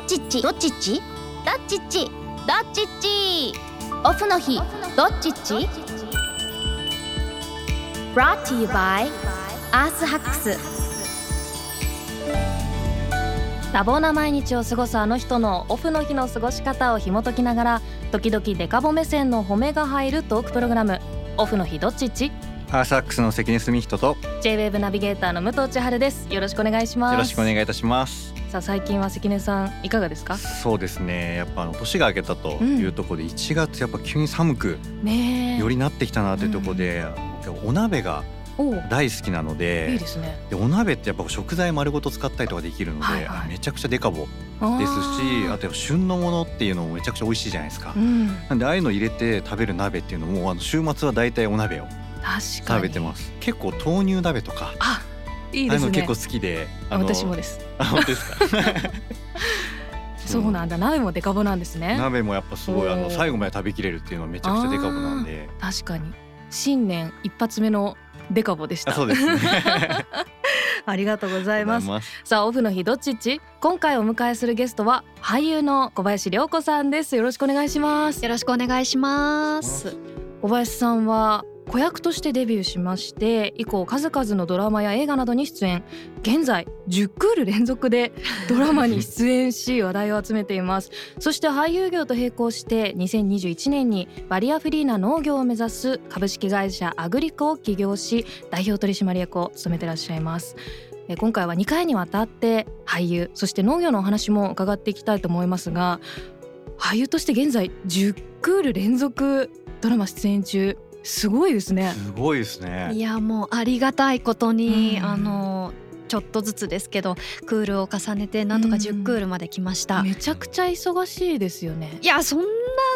っちっちどっちっちどっちっちどっちっちオフの日どっちっち Brought to you by アースハックス多忙な毎日を過ごすあの人のオフの日の過ごし方を紐解きながら時々デカボ目線の褒めが入るトークプログラム「オフの日どっちっちアーサックスの関根澄人と」 JWAVE ナビゲーターの武藤千春ですよろしくお願いしますよろしくお願いいたします。さあ最近は関根さんいかがですかそうですね。やっぱあの年が明けたというところで1月やっぱ急に寒くねえよりなってきたなというところで、お鍋がおう大好きなのいいでで。すねでお鍋ってやっぱ食材丸ごと使ったりとかできるので、はいはいめちゃくちゃデカボあですしーあとやっぱ旬のものっていうのもめちゃくちゃ美味しいじゃないですか、うんなんでああいうの入れて食べる鍋っていうのもあの週末は大体お鍋を確かに食べてます結構豆乳鍋とかあいいあであいうすのね結構好きであの私もですあ本当で すかそうなんだ鍋もデカボなんですね鍋もやっぱすごいあおのー最後まで食べきれるっていうのはめちゃくちゃデカボなんで確かに新年一発目のデカボでしあたそうですね ありがとうござあいますさあオフの日どっちっち今回お迎えするゲストは俳優の小林涼子さんですよろしくお願いしますよろしくお願いします小林さんは子役としてデビューしまして以降数々のドラマや映画などに出演現在10クール連続で ドラマに出演し話題を集めていますそして俳優業と並行して2021年にバリアフリーな農業を目指す株式会社アグリコを起業し代表取締役を務めていらっしゃいますえー今回は2回にわたって俳優そして農業のお話も伺っていきたいと思いますが俳優として現在10クール連続ドラマ出演中すごいですね すごいですねいやもうありがたいことに、うんあのちょっとずつですけどクールを重ねてなんとかうん10クールまで来ました、いめちゃくちゃ忙しいですよねやそんな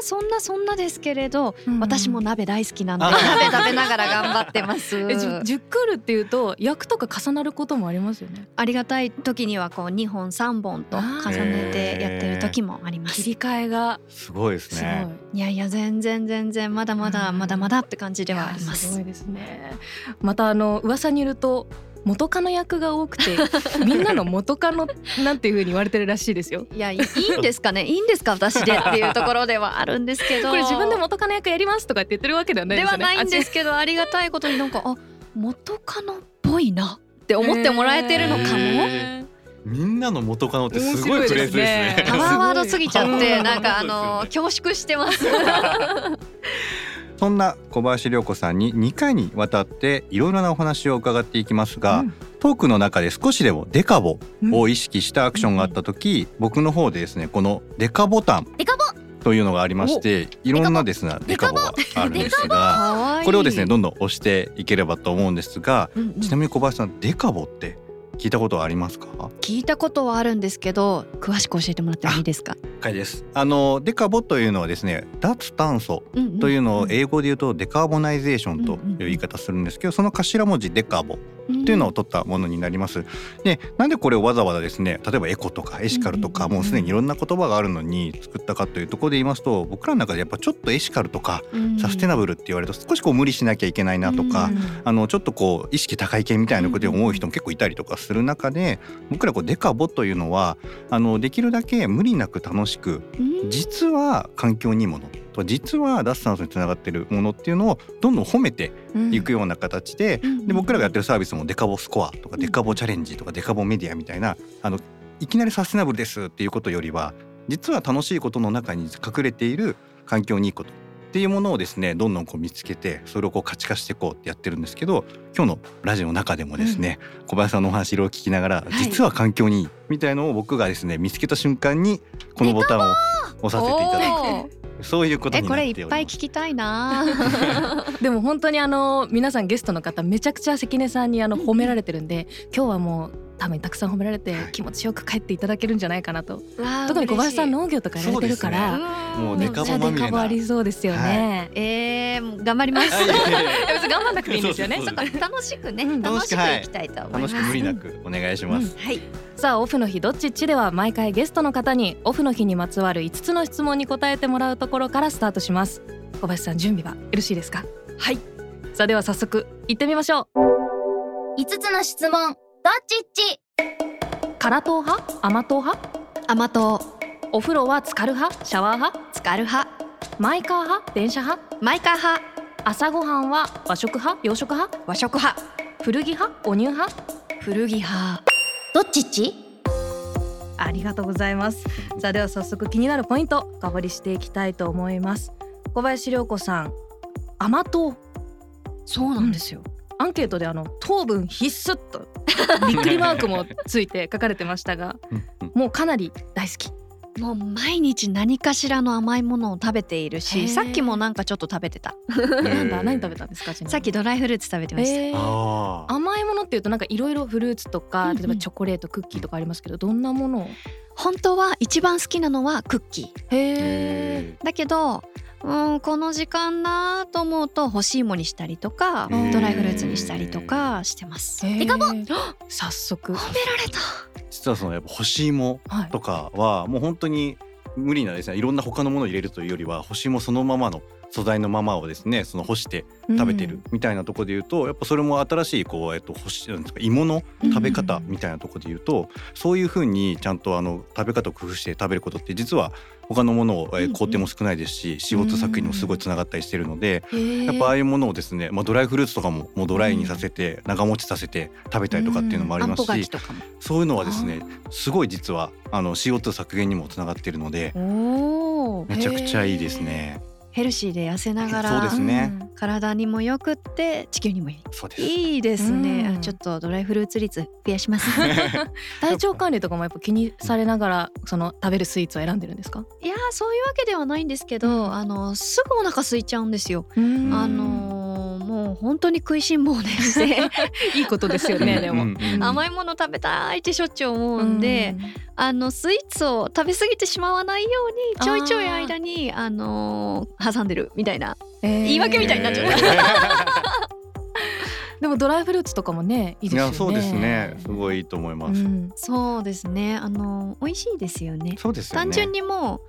そんなそんなですけれど、私もな鍋大好きなんであ鍋食べながら頑張ってます えじゅ10クールっていうと役とか重なることもありますよねありがたい時にはこう2本3本と重ねてやってる時もあります切り替えがすごいですすごいねいやいや全然全然まだまだうんまだまだって感じでいはやありまーすすご。いですねまたあの噂によると元カノ役が多く てみんなの元カノなんていう風に言われてるらしいですよいやいいいんですかねいいんですか私でっていうところではあるんですけどこれ自分で元カノ役やりますとかって言ってるわけではないでですよはねないんですけどありがたいことになんかあ元カノっぽいなって思ってもらえてるのかも。へみんなの元カノってすごいフレーズです面白いねですパねワーワードすぎちゃっすごていなんかあそうので恐縮してます。 そんな小林涼子さんに2回にわたっていろいろなお話を伺っていきますが、トークの中で少しでもデカボを意識したアクションがあった時、僕の方でですねこのデカボタンデカボというのがありましていろんなですねデカボがあるんですが可愛いこれをですねどんどん押していければと思うんですがうんうんちなみに小林さんデカボって聞いたことはありますか聞いたことはあるんですけど詳しく教えてもらってもいいですか。はいですあのデカボというのはですね脱炭素というのを英語で言うとデカーボナイゼーションという言い方するんですけどその頭文字デカボっっていうのを取ったものになります。でなんでこれをわざわざですね例えばエコとかエシカルとかうんうんうんもうすでにいろんな言葉があるのに作ったかというところで言いますと僕らの中でやっぱちょっとエシカルとかサステナブルって言われると少しこう無理しなきゃいけないなとか。あのちょっとこう意識高い系みたいなことを思う人も結構いたりとかする中で僕らこうデカボというのはあのできるだけ無理なく楽しく実は環境にいいものと実は脱炭素につながっているものっていうのをどんどん褒めていくような形で,、で僕らがやってるサービスもデカボスコアとうかんデカボチャレンジとかデカボメディアみたいなあのいきなりサステナブルですっていうことよりは実は楽しいことの中に隠れている環境にいいことっていうものをですねどんどんこう見つけてそれをこう価値化していこうってやってるんですけど今日のラジオの中でもですね、小林さんのお話いろいろ聞きながら、い実は環境にいいみたいのを僕がですね見つけた瞬間にこのボタンを押させていただいてそういうことえにこなっておれりいっます。ぱい聞きたいな。でも本当にあの皆さんゲストの方めちゃくちゃ関根さんにあのうん褒められてるんで今日はもう多分たくさん褒められてはい気持ちよく帰っていただけるんじゃないかなと特に小林さん農業とかやられてるかそらもうめデっちカゃボまみれなデカボありそうですよね。えーもう頑張ります。あいやいやいやいや別に頑張んなくていいんですよねそう。そっか楽しくねうん楽楽ししくくいきたいと思いま楽す。しく無理なくお願いします。はい。さあオフの日どっちっちでは毎回ゲストの方にオフの日にまつわる5つの質問に答えてもらうところからスタートします小林さん準備はよろしいですかはいさあでは早速行ってみましょ五つの質問どっちっちう辛党派甘党派甘党お風呂は浸かる派シャワー派浸かる派マイカー派電車派マイカー派朝ごはんは和食派洋食派和食派古着派お乳派古着派どっちっちありがとうございますさあでは早速気になるポイント深掘りしていきたいと思います小林涼子さん甘党そうなんですよ、アンケートであの糖分必須とびっくりマークもついて書かれてました がうんうんもうかなり大好きもう毎日何かしらの甘いものを食べているへーしさっきもなんかちょっと食べてた なんだ何食べたんえですかちなみにさっきドライフルーツ食べてました、えーーあー甘いものっていうとなんかいろいろフルーツとかうんうん例えばチョコレートクッキーとかありますけどどんなものを本当は一番好きなのはクッキへえへーだけどうんこの時間なと思うと欲しいもにしたりとかへードライフルーツにしたりとかしてます褒デカボ早速められたー実はそのやっぱ干し芋はいとかはもう本当に無理なですねいろんな他のものを入れるというよりは干し芋そのままの素材のままをですねその干して食べてるみたいなところで言うと、やっぱそれも新しいこう、えっと、干しなんですか芋の食べ方みたいなところで言うと、そういうふうにちゃんとあの食べ方を工夫して食べることって実は他のものを、えうんうー、ん工程も少ないですし、CO2 削減にもすごいつながったりしてるので、やっぱぱああいうものをですね、まあ、ドライフルーツとかももうドライにさせて長持ちさせて食べたりとかっていうのもありあんますぽし、柿とかもそういうのはですねすごい実はあの CO2 削減にもつながってるのでおーめちゃくちゃいいですね。ヘルシーで痩せながそうでらすね体にもよくって地球にもいいそうですいいですね、うんちょっとドライフルーツ率増やし ます体調管理とかもやっぱ気にされながらその食べるスイーツを選んでるんですかいやーそういうわけではないんですけど、うんあのすぐお腹空いちゃうんですよ、うんあのーもう本当に食いしん坊でしていいことですよ ねでもうんうん 甘いもの食べたいってしょっちゅう思うんで、あのスイーツを食べ過ぎてしまわないようにちょいちょい間にあのー挟んでるみたいなうん言い訳みたいになっちゃった、でもドライフルーツとかもねいいいですよやねそうですねすごいいいと思います、うんそうですねあのー美味しいですよねそうですよね単純にもう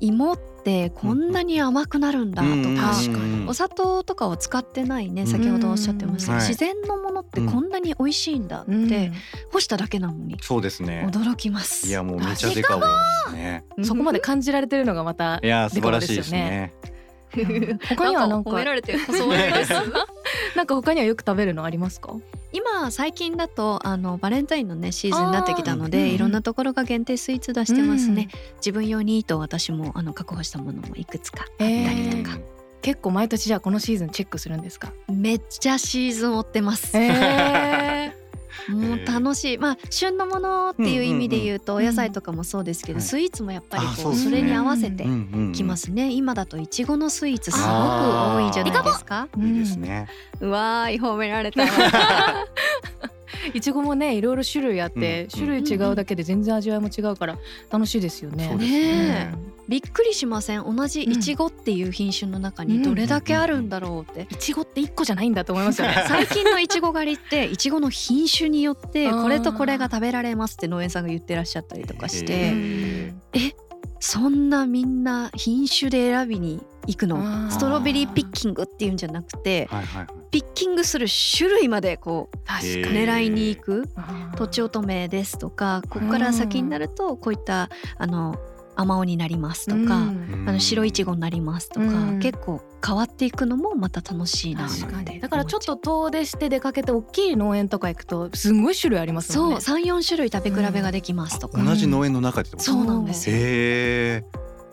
芋ってこんなに甘くなるんだとうんうんか、確かにお砂糖とかを使ってないねうん先ほどおっしゃってましたうんけはど、い自然のものってこんなに美味しいんだって、干しただけなのにそうですね驚きますいやもうめちゃデカボですねうんそこまで感じられてるのがまたいや素晴らしいですね 他にはなんか褒められてるそう思い ますなんか他にはよく食べるのありますか今最近だとあのバレンタインのねシーズンになってきたので、あーうんいろんなところが限定スイーツ出してますね、自分用にいいと私もあの確保したものもいくつかうん見たりとえーか、結構毎年じゃあこのシーズンチェックするんですかめっちゃシーズン追ってま す、えもう楽しいまあ旬のものっていう意味で言うと、うんうんうんお野菜とかもそうですけど、はいスイーツもやっぱりこあうそうですそねれに合わせてうんうんうんうんきますね、今だといちごのスイーツすごく多いじゃないですかいいですねうわーい褒められたいちごもねいろいろ種類あって、うん種類違うだけで全然味わいも違うから楽しいですよねそうですねね びっくりしません同じいちごっていう品種の中うんにどれだけあるんだろうって、いちごって一個じゃないんだと思いますよ ね最近のいちご狩りっていちごの品種によってあーこれとこれが食べられますって農園さんが言ってらっしゃったりとかして、へーそんなみんな品種で選びに行くのあーストロベリーピッキングっていうんじゃなくてはいはいはいピッキングする種類までこう確かにへー狙いに行くあーとちおとめですとかここから先になるとこういったあの甘おになりますとうか。んあの白いちごになりますとか、うん結構変わっていくのもまた楽しいなって確かにだからちょっと遠出して出かけて大きい農園とか行くとすごい種類ありますもんそうねう三四種類食べ比べができますとか、同じ農園の中でってことそうなんですよへえ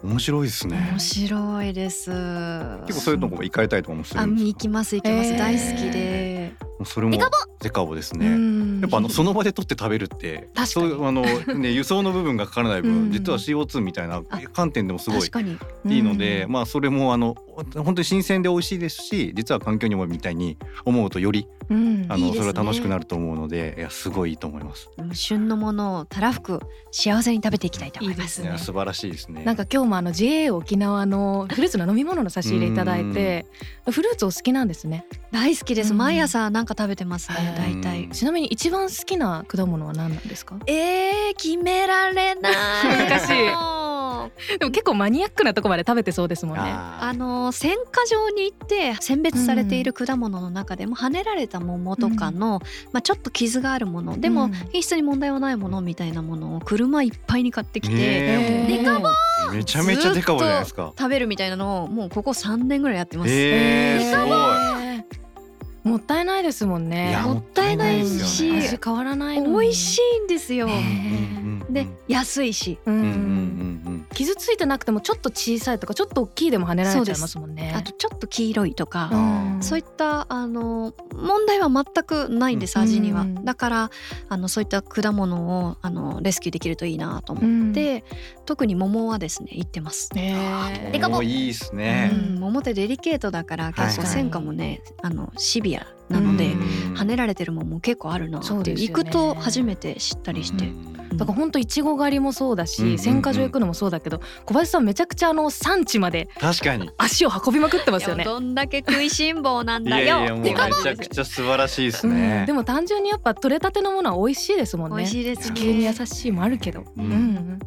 面白いですね面白いです結構そういうとこも行かれたりとかもするあんです行きます行きます、へー大好きでもうそれもデカボですねんやっぱあのその場で取って食べるってかにそういうあの ね輸送の部分がかからないうん分実は CO2 みたいなあ観点でもすごい確かにいいので、うんまあそれもあの本当に新鮮で美味しいですし実は環境にもみたいに思うとよりうんあいのいですそねれは楽しくなると思うのでいやすごいいいと思います。旬のものをたらふく幸せに食べていきたいと思いますいや素晴らしいですね。なんか今日もあの JA 沖縄のフルーツの飲み物の差し入れいただいてフルーツお好きなんですね大好きです、うん毎朝なんか食べてますへねー大体ちなみに一番好きな果物は何なんですかえー、決められない難しいもうでも結構マニアックなとこまで食べてそうですもんね。ああの選果場に行って選別されている果物の中でも跳ねられた桃とかの、まあ、ちょっと傷があるものでうもん品質に問題はないものみたいなものを車いっぱいに買ってきて、ねえデカボーめちゃめちゃデカボじゃないですか。食べるみたいなのをもうここ3年ぐらいやってます。えー、デすカごボもったいないですもんい。ね。いやもったいないしもったいないです味よね変わらないのに美味しいんですよ。うんうんうんうでん安いし、うんうんうん傷ついてなくてもちょっと小さいとかちょっと大きいでも跳ねられちゃいますもんね。あとちょっと黄色いとかう、んそういったあの問題は全くないんですうん味には、うんだからあのそういった果物をあのレスキューできるといいなと思うっんて、特に桃はですね行ってます。えうん。ーデカボおーいいですうね。ん、桃ってデリケートだから結は構い戦果もね、あのシビアなので、うん跳ねられてる桃も結構あるなっていそううですよね行くと初めて知ったりしうて、んだから本当いちご狩りもそうだうんうんしうん選果場行くのもそうだけど小林さんめちゃくちゃあの産地まで確かに。足を運びまくってますよいやね。どんだけ食いしん坊なんいだやよいやもうめっちて感じゃですくちゃ素晴らしいですうんねで。も単純にやっぱ取れたてのものは美味しいですもんね。美味しいですね地球に優しいもあるけど。ううんん、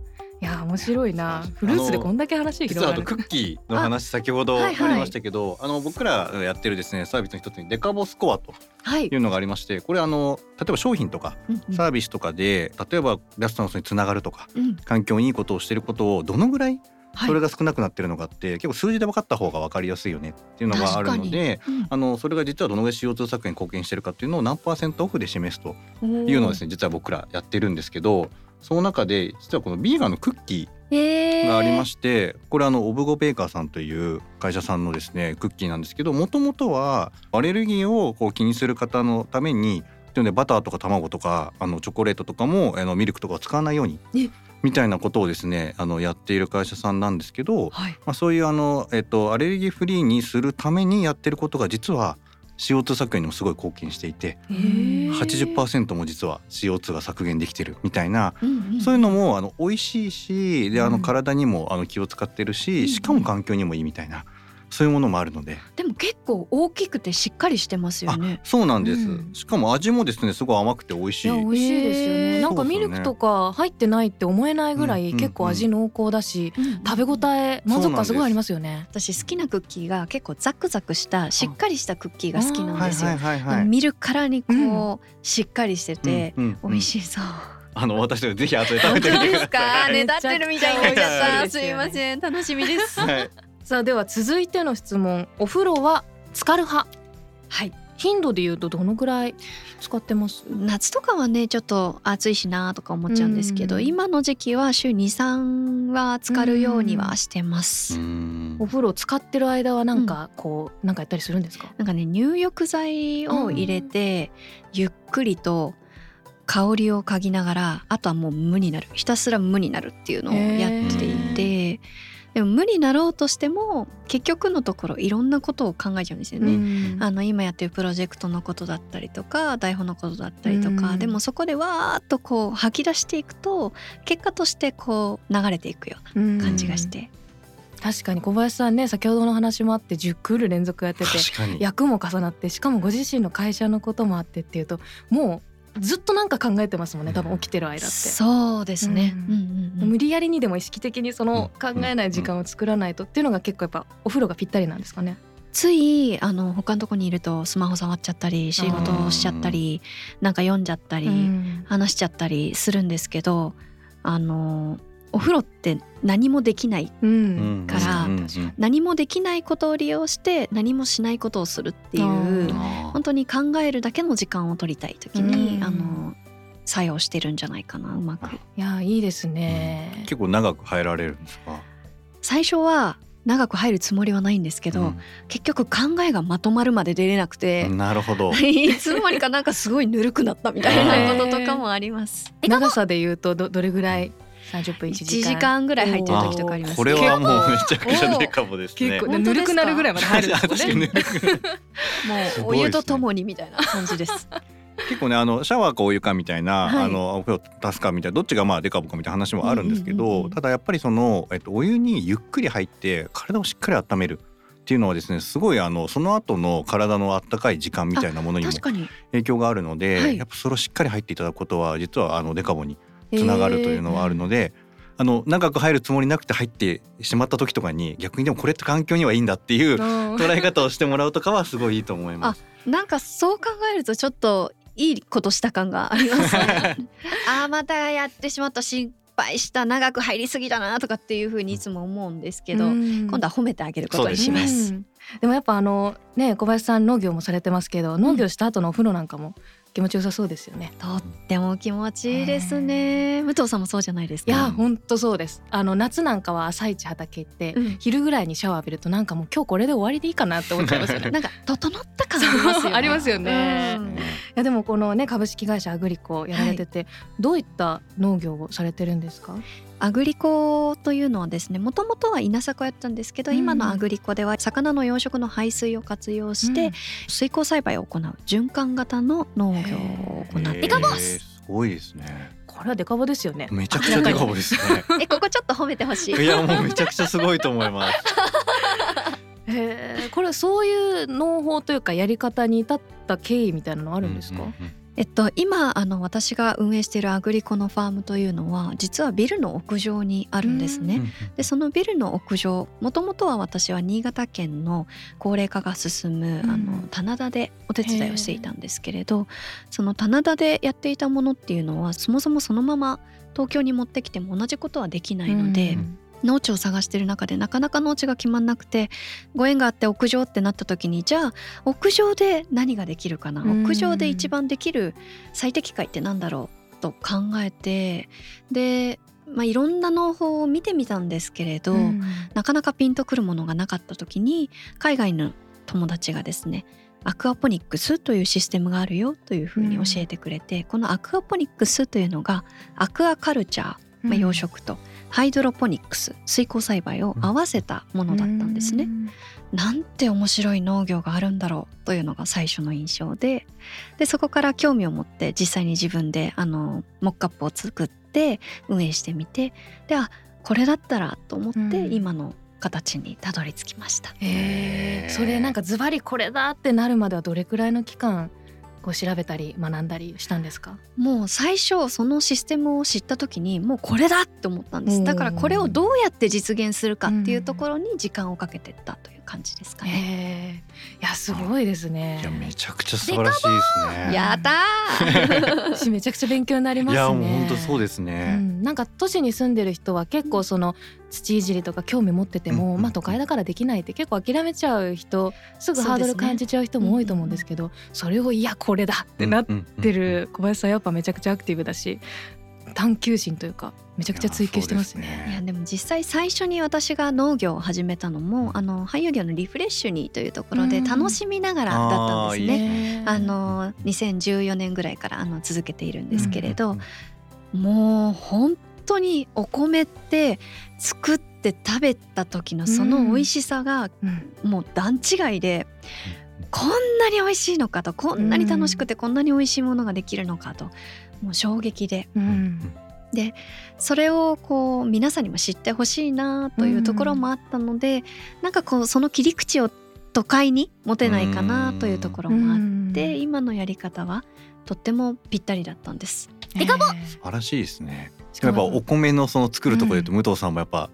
いや面白いなそう。フルーツでこんだけ話実広はがあとる。クッキーの話先ほどああはいりはいましたけど、あの僕らやってるですねサービスの一つにデカボスコアとはいい、うのがありましてこれあの例えば商品とかうんうんサービスとかで例えばラストのにつながるとかうん環境にいいことをしてることをどのぐらいはいそれが少なくなってるのかって、結構数字で分かった方が分かりやすいよねっていうのがあるのでうんあのそれが実はどのぐらい CO2 削減に貢献してるかっていうのを何パーセントオフで示すというのをですね実は僕らやってるんですけどその中で実はこのビーガンのクッキーがありまして、これあのオブゴベーカーさんという会社さんのですねクッキーなんですけどもともとはアレルギーをこう気にする方のためにというのでバターとか卵とかあのチョコレートとかもあのミルクとかを使わないようにえみたいなことをですねあのやっている会社さんなんですけど、はいまあ、そういうあの、えっと、アレルギーフリーにするためにやってることが実は CO2 削減にもすごい貢献していて。ー80%も実は CO2 が削減できてるみたいな、うんうんそういうのもあの美味しいしであうのん体にもあの気を使ってるし、しかも環境にもいいみたいなそういうものもあるのででも結構大きくてしっかりしてますよね。そうなんです、うんしかも味もですねすごい甘くて美味しいい。や美味しいですよね。えーなんかミルクとか入ってないって思えないぐらうんうんいうん結構味濃厚だし、食べ食べ応え満足感すごいありますよね。私好きなクッキーが結構ザクザクしたしっかりしたクッキーが好きなんはいですよ。はいはいはい。見るからにこう、しっかりしてて、うんうんうん美味しそう。あの私たちぜひ後で食べてみてください。ねめちだゃっくちゃてるみたいになっちゃった。美味しいですすよねみません、楽しみです。はいさあでは続いての質問。お風呂は浸かる派。 はい、頻度で言うとどのくらい使ってます？夏とかはね、ちょっと暑いしなとか思っちゃうんですけど、うん今の時期は週2、3は浸かるようにはしてまうす。んお風呂使ってる間はなんかこう、なんかやったりするんですか？なんかね入浴剤を入れて、ゆっくりと香りを嗅ぎながらあとはもう無になるひたすら無になるっていうのをやっていてでも無になろうとしても結局のところいろんなことを考えちゃうんですよね。うんあの今やってるプロジェクトのことだったりとか台本のことだったりとか、うんでもそこでわーっとこう吐き出していくと結果としてこう流れていくような感じがし。うんて、確かに小林さんね先ほどの話もあって10クール連続やってて確かに。役も重なってしかもご自身の会社のこともあってっていうともうずっとなんか考えてますもんね多分起きてる間って。そうですね、うんうんうんうん無理やりにでも意識的にその考えない時間を作らないとっていうのが結構やっぱお風呂がぴったりなんですかね。ついあの他のとこにいるとスマホ触っちゃったり仕事をしちゃったりなんか読んじゃったり、うん話しちゃったりするんですけどあのお風呂って何もできないうんからうんうんうん何もできないことを利用して何もしないことをするっていうああー本当に考えるだけの時間を取りたい時うに、んあの作用してるんじゃないかなうまく。いやいいですね。結構長く入られるんですか。最初は長く入るつもりはないんですけど、結局考えがまとまるまで出れなくて。うんなるほど。いつの間にかなんかすごいぬるくなったみたいなこととかもあります。長さで言うとどどれぐらい30分1 1時時間間ぐらい入ってる時とかあります。これはもうめちゃくちゃデカボですね。結構ねねぬるくなるぐらいまで入るんですよね。 確かにねすごもうおいですね湯とともにみたいな感じです。結構ねあのシャワーかお湯かみたいな、はいあのお風呂足すかみたいなどっちがまあデカボかみたいな話もあるんですけど、うんうんうんうんただやっぱりその、えっと、お湯にゆっくり入って体をしっかり温めるっていうのはですねすごいあのその後の体の温かい時間みたいなものにも確かに影響があるので、はいやっぱそれをしっかり入っていただくことは実はあのデカボにつながるというのはあるので、あの長く入るつもりなくて入ってしまった時とかに逆にでもこれって環境にはいいんだって いう捉え方をしてもらうとかはすごいいいと思います。なんかそう考えるとちょっといいことした感がありますね ああまたやってしまった心配した長く入りすぎだなとかっていうふうにいつも思うんですけど、今度は褒めてあげることにします。うんでもやっぱあのね小林さん農業もされてますけど農業した後のお風呂なんかも気持ちよさそうですよね。とっても気持ちいいですね。武藤さんもそうじゃないですいか。や本当そうです。あの夏なんかは朝一畑行って、うん昼ぐらいにシャワー浴びるとなんかもう今日これで終わりでいいかなって思っちゃいますよ ね。なんか整った感あり ますよね。ありますよねううんんいやでもこのね株式会社アグリコやられてて、どういった農業をされてるんですか？アグリコというのはですね、もともとは稲作をやってたんですけど、うん今のアグリコでは魚の養殖の排水を活用して、水耕栽培を行う循環型の農業を行っています。デカボス。すごいですね。これはデカボですよね。めちゃくちゃデカボですね。えここちょっと褒めてほしい。いやもうめちゃくちゃすごいと思います。へえこれはそういう農法というかやり方に至った経緯みたいなのああるんですか？えっと今あの私が運営しているアグリコのファームというのは実はビルの屋上にあるんですね。でそのビルの屋上もともとは私は新潟県の高齢化が進む、うんあの棚田でお手伝いをしていたんですけれどその棚田でやっていたものっていうのはそもそもそのまま東京に持ってきても同じことはできないので、うん農地を探してる中でなかなか農地が決まんなくてご縁があって屋上ってなった時にじゃあ屋上で何ができるかなうん屋上で一番できる最適解って何だろうと考えてで、まあ、いろんな農法を見てみたんですけれど、うんなかなかピンとくるものがなかった時に海外の友達がですねアクアポニックスというシステムがあるよというふうに教えてくれて、このアクアポニックスというのがアクアカルチャーまあ、養殖とハイドロポニックス水耕栽培を合わせたものだったんですね。うんなんて面白い農業があるんだろうというのが最初の印象ででそこから興味を持って実際に自分であのモックアップを作って運営してみてであこれだったらと思ってうん今の形にたどり着きました。へえそれなんかズバリこれだってなるまではどれくらいの期間こう調べたり学んだりしたんですかもう最初そのシステムを知った時にもうこれだって思ったんですだからこれをどうやって実現するかっていうところに時間をかけてったという感じですかね。へえいやすごいですねいやめちゃくちゃ素晴らしいですね。やったー私 めちゃくちゃ勉強になりますねいやもう本当そうですうね。ん、なんか都市に住んでる人は結構その土いじりとか興味持っててうんうんも、うんまあ、都会だからできないって結構諦めちゃう人すぐハードル感じちゃう人も多いと思うんですけどそれを「いやこれだ!」ってなっうんうんうんてる小林さんやっぱめちゃくちゃアクティブだし探求心というかめちゃくちゃ追求してますいやね。そういですやでも実際最初に私が農業を始めたのもあの俳優業のリフレッシュにというところうでん楽しみながらだったんあですーいいね。ねあの2014年ぐらいからあの続けているんですけれうどん、もう本当にお米って作って食べた時のその美味しさがうんもう段違いでこんなに美味しいのかとこんなに楽しくてこんなに美味しいものができるのかともう衝撃でううんそれをこう皆さんにも知ってほしいなというところもあったので、なんかこうその切り口を都会に持てないかなというところもあって、うん今のやり方はとってもぴったりだったんです。デカボえー素晴らしいですね。しやかっぱもお米のその作るところで言うと武藤さんもやっぱ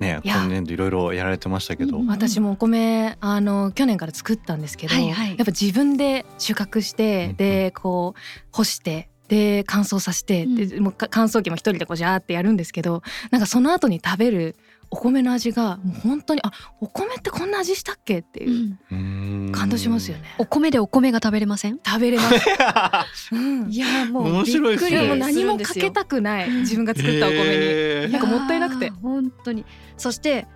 ねいや今年度いろいろやられてましたけどうん。私もお米あの去年から作ったんですけど、はいはいやっぱ自分で収穫して、うんでこう干してで乾燥させて、うんでもうか乾燥機も一人でこうジャーってやるんですけどなんかその後に食べるお米の味がもう本当にあお米ってこんな味したっけっていう、うーん感動します よ。ね。お米でお米が食べれません食べれます。うんいやもう面白いですねびっくりもう何もかけたくない自分が作ったお米に。へーなんかもったいなくてやー本当にそして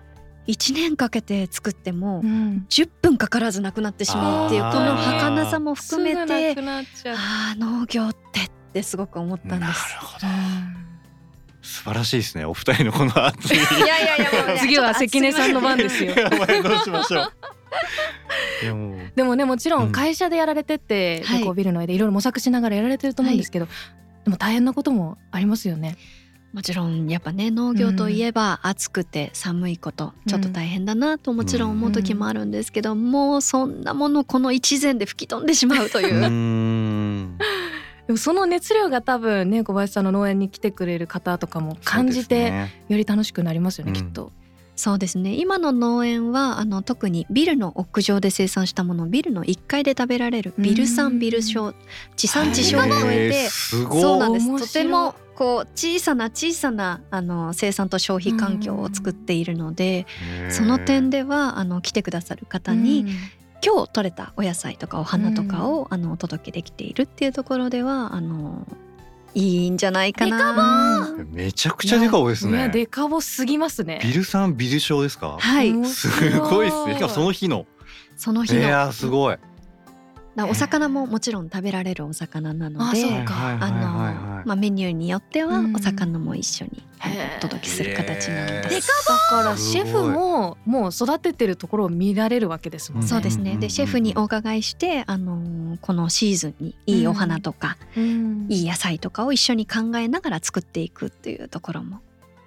1年かけて作ってもうん10分かからずなくなってしまうっていうこあーの儚さも含めてすぐなくなっちゃうあー農業ってってすごく思ったんでなるす。ほど。うん素晴らしいですね。お二人のこの熱い。いやいやいやもうね次は関根さんの番です よ。やばいどうしましょう。いやもう。でもねもちろうんん会社でやられてて、はいこうビルの上でいろいろ模索しながらやられてると思うんですけど、でも大変なこともありますよね。 もちろんやっぱね農業といえば暑くて寒いこと、うんちょっと大変だなともちろん思う時もあるんですけど、もうそんなものこの一膳で吹き飛んでしまうというう、ーん。でもその熱量が多分ね小林さんの農園に来てくれる方とかも感じて、より楽しくなりますよね、うんきっと。 そうですね今の農園はあの特にビルの屋上で生産したものをビルの1階で食べられるビル産ビル小地産地消を超えてすごいそうなんで面す白いとてもこう小さな小さなあの生産と消費環境を作っているのでその点でではあの来てくださる方に、今日取れたお野菜とかお花とかを、あのお届けできているっていうところではあのいいんじゃないかな。めちゃくちゃでかいおですいやねデカボすぎますね。ビルさんビル賞ですかはい、面す白ごいですねしかもその日のそのい日のやーすごいなお魚ももちろん食べられるお魚なのあそうで、かはいはあいはいのはいまあメニューによってはうんお魚も一緒にあのへーお届けする形なのへーで。ですだからシェフももう育ててるところを見られるわけですもんね。そうでうすんうんうんね。うんうんでシェフにお伺いして、あのーこのシーズンにいいお花とか、うんいい野菜とかを一緒に考えながら作っていくっていうところも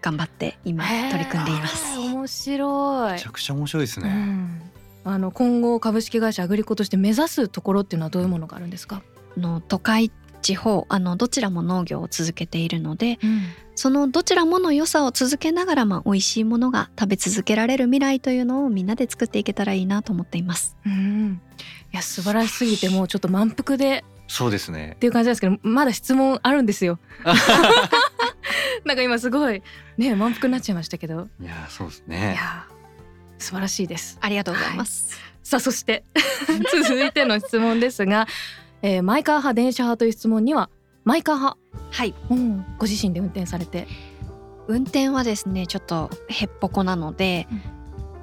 頑張って今取り組んでいます。へー面白いめちゃくちゃ面白いですうねんあの今後株式会社アグリコとして目指すところっていうのはどういうものがあるんですか。あの都会地方あのどちらも農業を続けているのでそのどちらもの良さを続けながら、まあ、美味しいものが食べ続けられる未来というのをみんなで作っていけたらいいなと思っています。うんいや素晴らしすぎてもうちょっと満腹でそうですねっていう感じなんですけどまだ質問あるんです よ。なんか今すごいね満腹になっちゃいましたけどいやーそうですいねやー素晴らしいです。ありがとうございます。さあそして 続いての質問ですが、えーマイカー派電車派という質問にはマイカー派、はい、うん、ご自身で運転されて運転はですねちょっとへっぽこなので、うん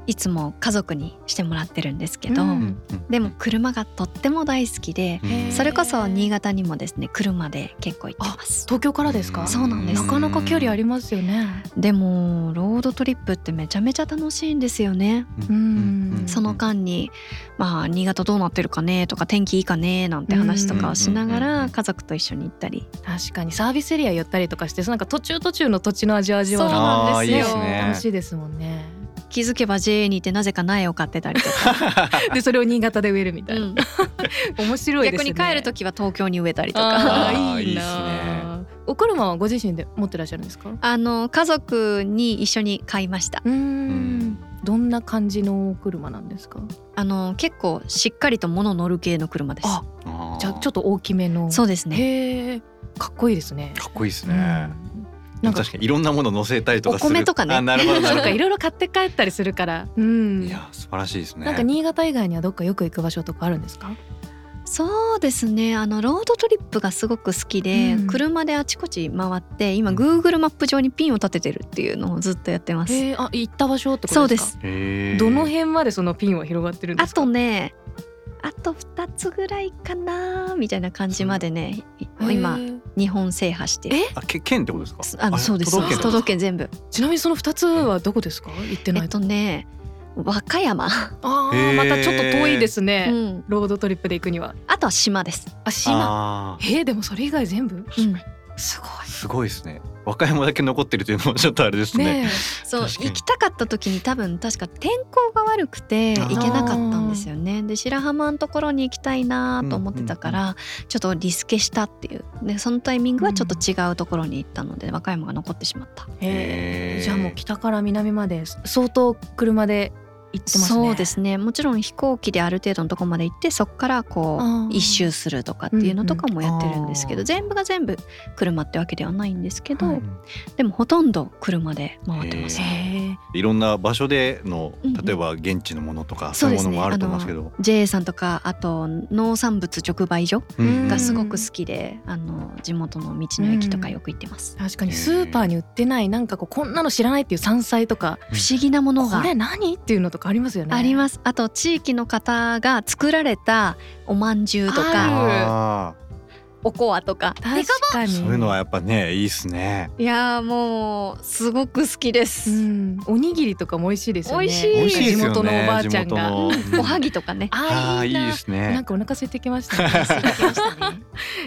いつも家族にしてもらってるんですけど、うんうんうんでも車がとっても大好きで、うんそれこそ新潟にもですね車で結構行ってます。東京からですかそうなんですなかなか距離ありますよね。でもロードトリップってめちゃめちゃ楽しいんですよね。うんうんうんうんその間に、まあ、新潟どうなってるかねとか天気いいかねなんて話とかをしながうんうんうんうらん家族と一緒に行ったり確かにサービスエリア寄ったりとかしてなんか途中途中の土地の味を味わうのそうなんですよあーいいですね楽しいですもんね。 気づけば JA にいてなぜか苗を買ってたりとか、でそれを新潟で植えるみたいな、 うん面白いです逆ね。に帰る時は東京に植えたりとか。ああーーいいなあお車はご自身で持ってらっしゃるんですか？ あの家族に一緒に買いましたうーうんん。どんな感じのお車なんですか？あの結構しっかりと物乗る系の車ですああーじゃあちょっと大きめの。そうですねへえ。かっこいいですね。かっこいいですうねんなんか確かにいろんなもの乗せたりとかするお米とかねあなるほどなそうるほかどいろいろ買って帰ったりするから。うん。いや素晴らしいですねなんか新潟以外にはどっかよく行く場所とかあるんですか？そうですねあのロードトリップがすごく好きで、うん車であちこち回って今 Google マップ上にピンを立ててるっていうのをずっとやってます、へえ。あ行った場所ってこそとうでですか？すへーどの辺までそのピンは広がってるんであすか？とねあと2つぐらいかなみたいな感じまでねへえ今日本制覇してえあけ県ってことですかあのそうです都道そ府県ってこうです都道と府県全部ちなみにその二つはどこですか？行ってえないっと。とね和歌山、あへあえまたちょっと遠いですね。うんロードトリップで行くには。あとは島です、あ島。あえー、でもそれ以外全部うんすごいーすごいですね和歌山だけ残ってるというのはちょっとあれですねねそう確かに行きたかった時に多分確か天候が悪くてあー行けなかったんですよねで白浜のところに行きたいなと思ってたから、ちょっとリスケしたっていうでそのタイミングはちょっと違うところに行ったので、和歌山が残ってしまった、えへーじゃあもう北から南まで相当車で行ってますねそうですねもちろん飛行機である程度のとこまで行ってそこからこあーう一周するとかっていうのとかもやってるんですけうんど、うん全部が全部車ってわけではないんですけど、はうんでもほとんど車で回ってます、へえいろんな場所でのうんうん例えば現地のものとかそそういううでものすねもあると思いますけど JA さんとかあと農産物直売所うんがすごく好きで、あの地元の道の駅とかよく行ってます、確かにスーパーに売ってないなんかこうこんなの知らないっていう山菜とかうん不思議なものこがれ何っていうのとかありますよねありすますあと地域の方が作られたおまんじゅうとあかるあおこわとか確かーにそういうのはやっぱねいいですねいやーもうすごく好きでうす、んおにぎりとかも美味しいですよね美味しい美味しいですよね地元のおばあちゃんが地元のおはぎとかねあああーいいいいなですなねんかお腹空いてきましたね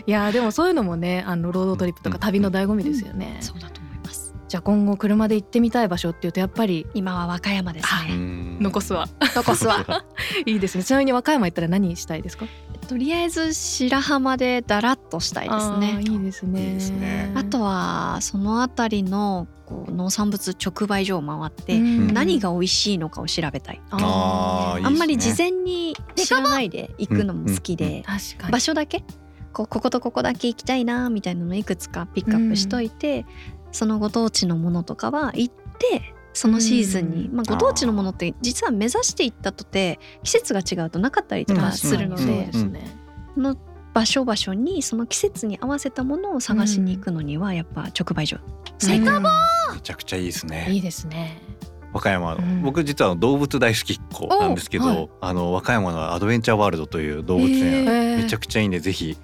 いやーでもそういうのもねあのロードトリップとか旅の醍醐味ですよね、そうだと思いますじゃあ今後車で行ってみたい場所っていうとやっぱり今は和歌山ですね残残すわ残すわは いいですねちなみに和歌山行ったら何したいですかとりあえず白浜でだらっとしたいですあねーいいですね。いいですねあとはその辺りのこう農産物直売所を回って、うん何が美味しいのかを調べたい、あーいいっすねあんまり事前に知らないで行くのも好きで、うんうんう確かに場所だけこうこことここだけ行きたいなみたいなのいくつかピックアップしといて、そのご当地のものとかは行ってそのシーズンに、うまあ、ご当地のものって実は目指して行ったとて季節が違うとなかったりとかするので、確かににそうですねその場所場所にその季節に合わせたものを探しに行くのにはやっぱ直売所最高、めちゃくちゃいいですいねいですね。和歌山の、うん僕実は動物大好きっ子なんですけど、おはいあの和歌山のアドベンチャーワールドという動物園、めちゃくくちゃいいんでぜひ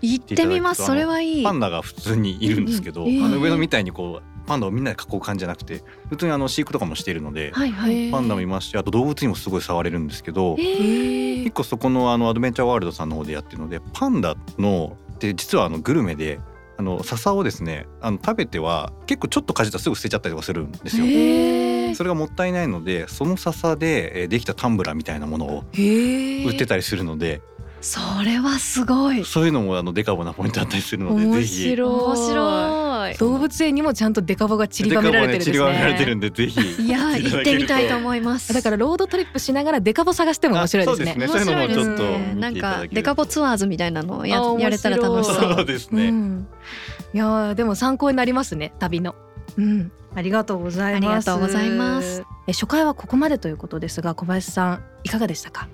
行ってみます行そっていただくれとはいいパンダが普通にいるんですけど、うんうんあのえー上野みたいにこうパンダをみんなで囲う感じじゃなくて普通にあの飼育とかもしているので、はいはい、パンダもいますしあと動物にもすごい触れるんですけど、え一個そこのあのアドベンチャーワールドさんの方でやってるのでパンダので実はあのグルメであの笹をですねあの食べては結構ちょっとかじったらすぐ捨てちゃったりとかするんですよ。へえ。それがもったいないのでその笹でえーできたタンブラーみたいなものをへ売ってた。たりするので、それはすごいそういうのもあのデカボなポイントだったりするので面ぜひ白い。面白い動物園にもちゃんとデカボが散りデばカめらボれてるんねです散りね。ばめられてるんでぜひいや行っていた行っだけてるとみたいと思いますだからロードトリップしながらデカボ探しても面白いですね。あそうですねそういうのもちょっと面白いですねなんかデカボツアーズみたいなのをやあ面白いやれたら楽しそそううですうね。ん、いやーでも参考になりますね旅の。うん、ありがとうございます。ありがとうございます。え初回はここまでということですが小林さんいかがでしたか。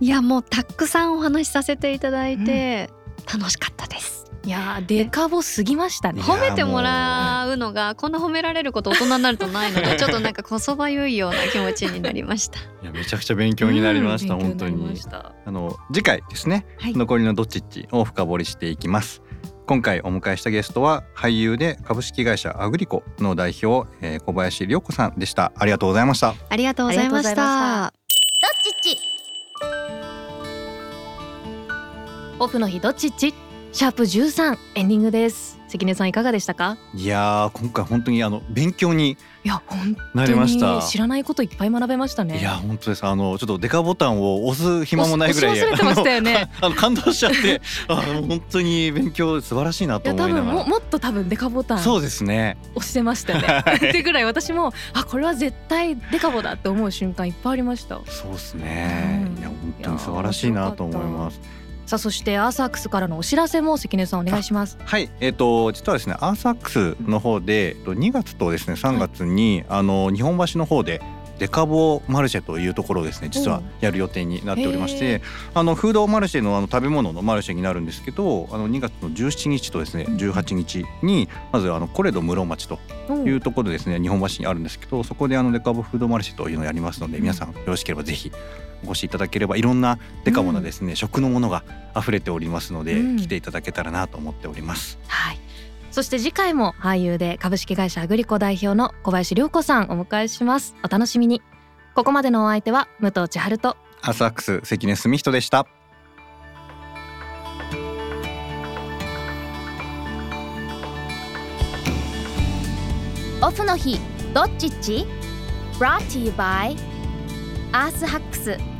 いやもうたくさんお話しさせていただいて、楽しかったですいやーデカボすぎましたね。いや褒めてもらうのがこんな褒められること大人になるとないのでちょっとなんかこそばゆいような気持ちになりましたいやめちゃくちゃ勉強になりました、うん本当勉強なりにま。したあの次回ですね、はい残りのどっちっちを深掘りしていきます今回お迎えしたゲストは俳優で株式会社アグリコの代表、えー小林涼子さんでしたありがとうございましたありがとうございまあしりがとうございたちっちオフの日どっちっちシャープ十三エンディングです。関根さんいかがでしたか。いやー今回本当にあの勉強にいや本な当りましたに知らないこといっぱい学べましたね。いや本当ですあのちょっとデカボタンを押す暇もないぐらい押し忘れてましたよねあのあの感動しちゃってあの本当に勉強素晴らしいなといや思多いな分がもらもっと多分デカボタンそうですね押してましたよね。 ってぐらい私もあこれは絶対デカボだって思う瞬間いっぱいありました。そうですね、うんいや本当に素晴らしいなと思いますさあそしてアーサックスからのお知らせも関根さんお願いします。はい、えっ、と実はですね、アーサックスの方で、えっと2月とですね、3月に、あの日本橋の方で。デカボマルシェというところをですね実はやる予定になっておりましへてあのフードマルシェのあの食べ物のマルシェになるんですけどあの2月の17日とですね18日にまずあのコレド室町とうんいうところでですね日本橋にあるんですけどそこであのデカボフードマルシェというのをやりますので皆さんよろしければぜひお越しいただければいろんなデカボなですね、食のものが溢れておりますので、うん来ていただけたらなと思っております。はい。そして次回も俳優で株式会社アグリコ代表の小林涼子さんお迎えします。お楽しみに。ここまでのお相手は武藤千春とアサックス関根澄人でした。オフの日どっちっち brought to you by アースハックス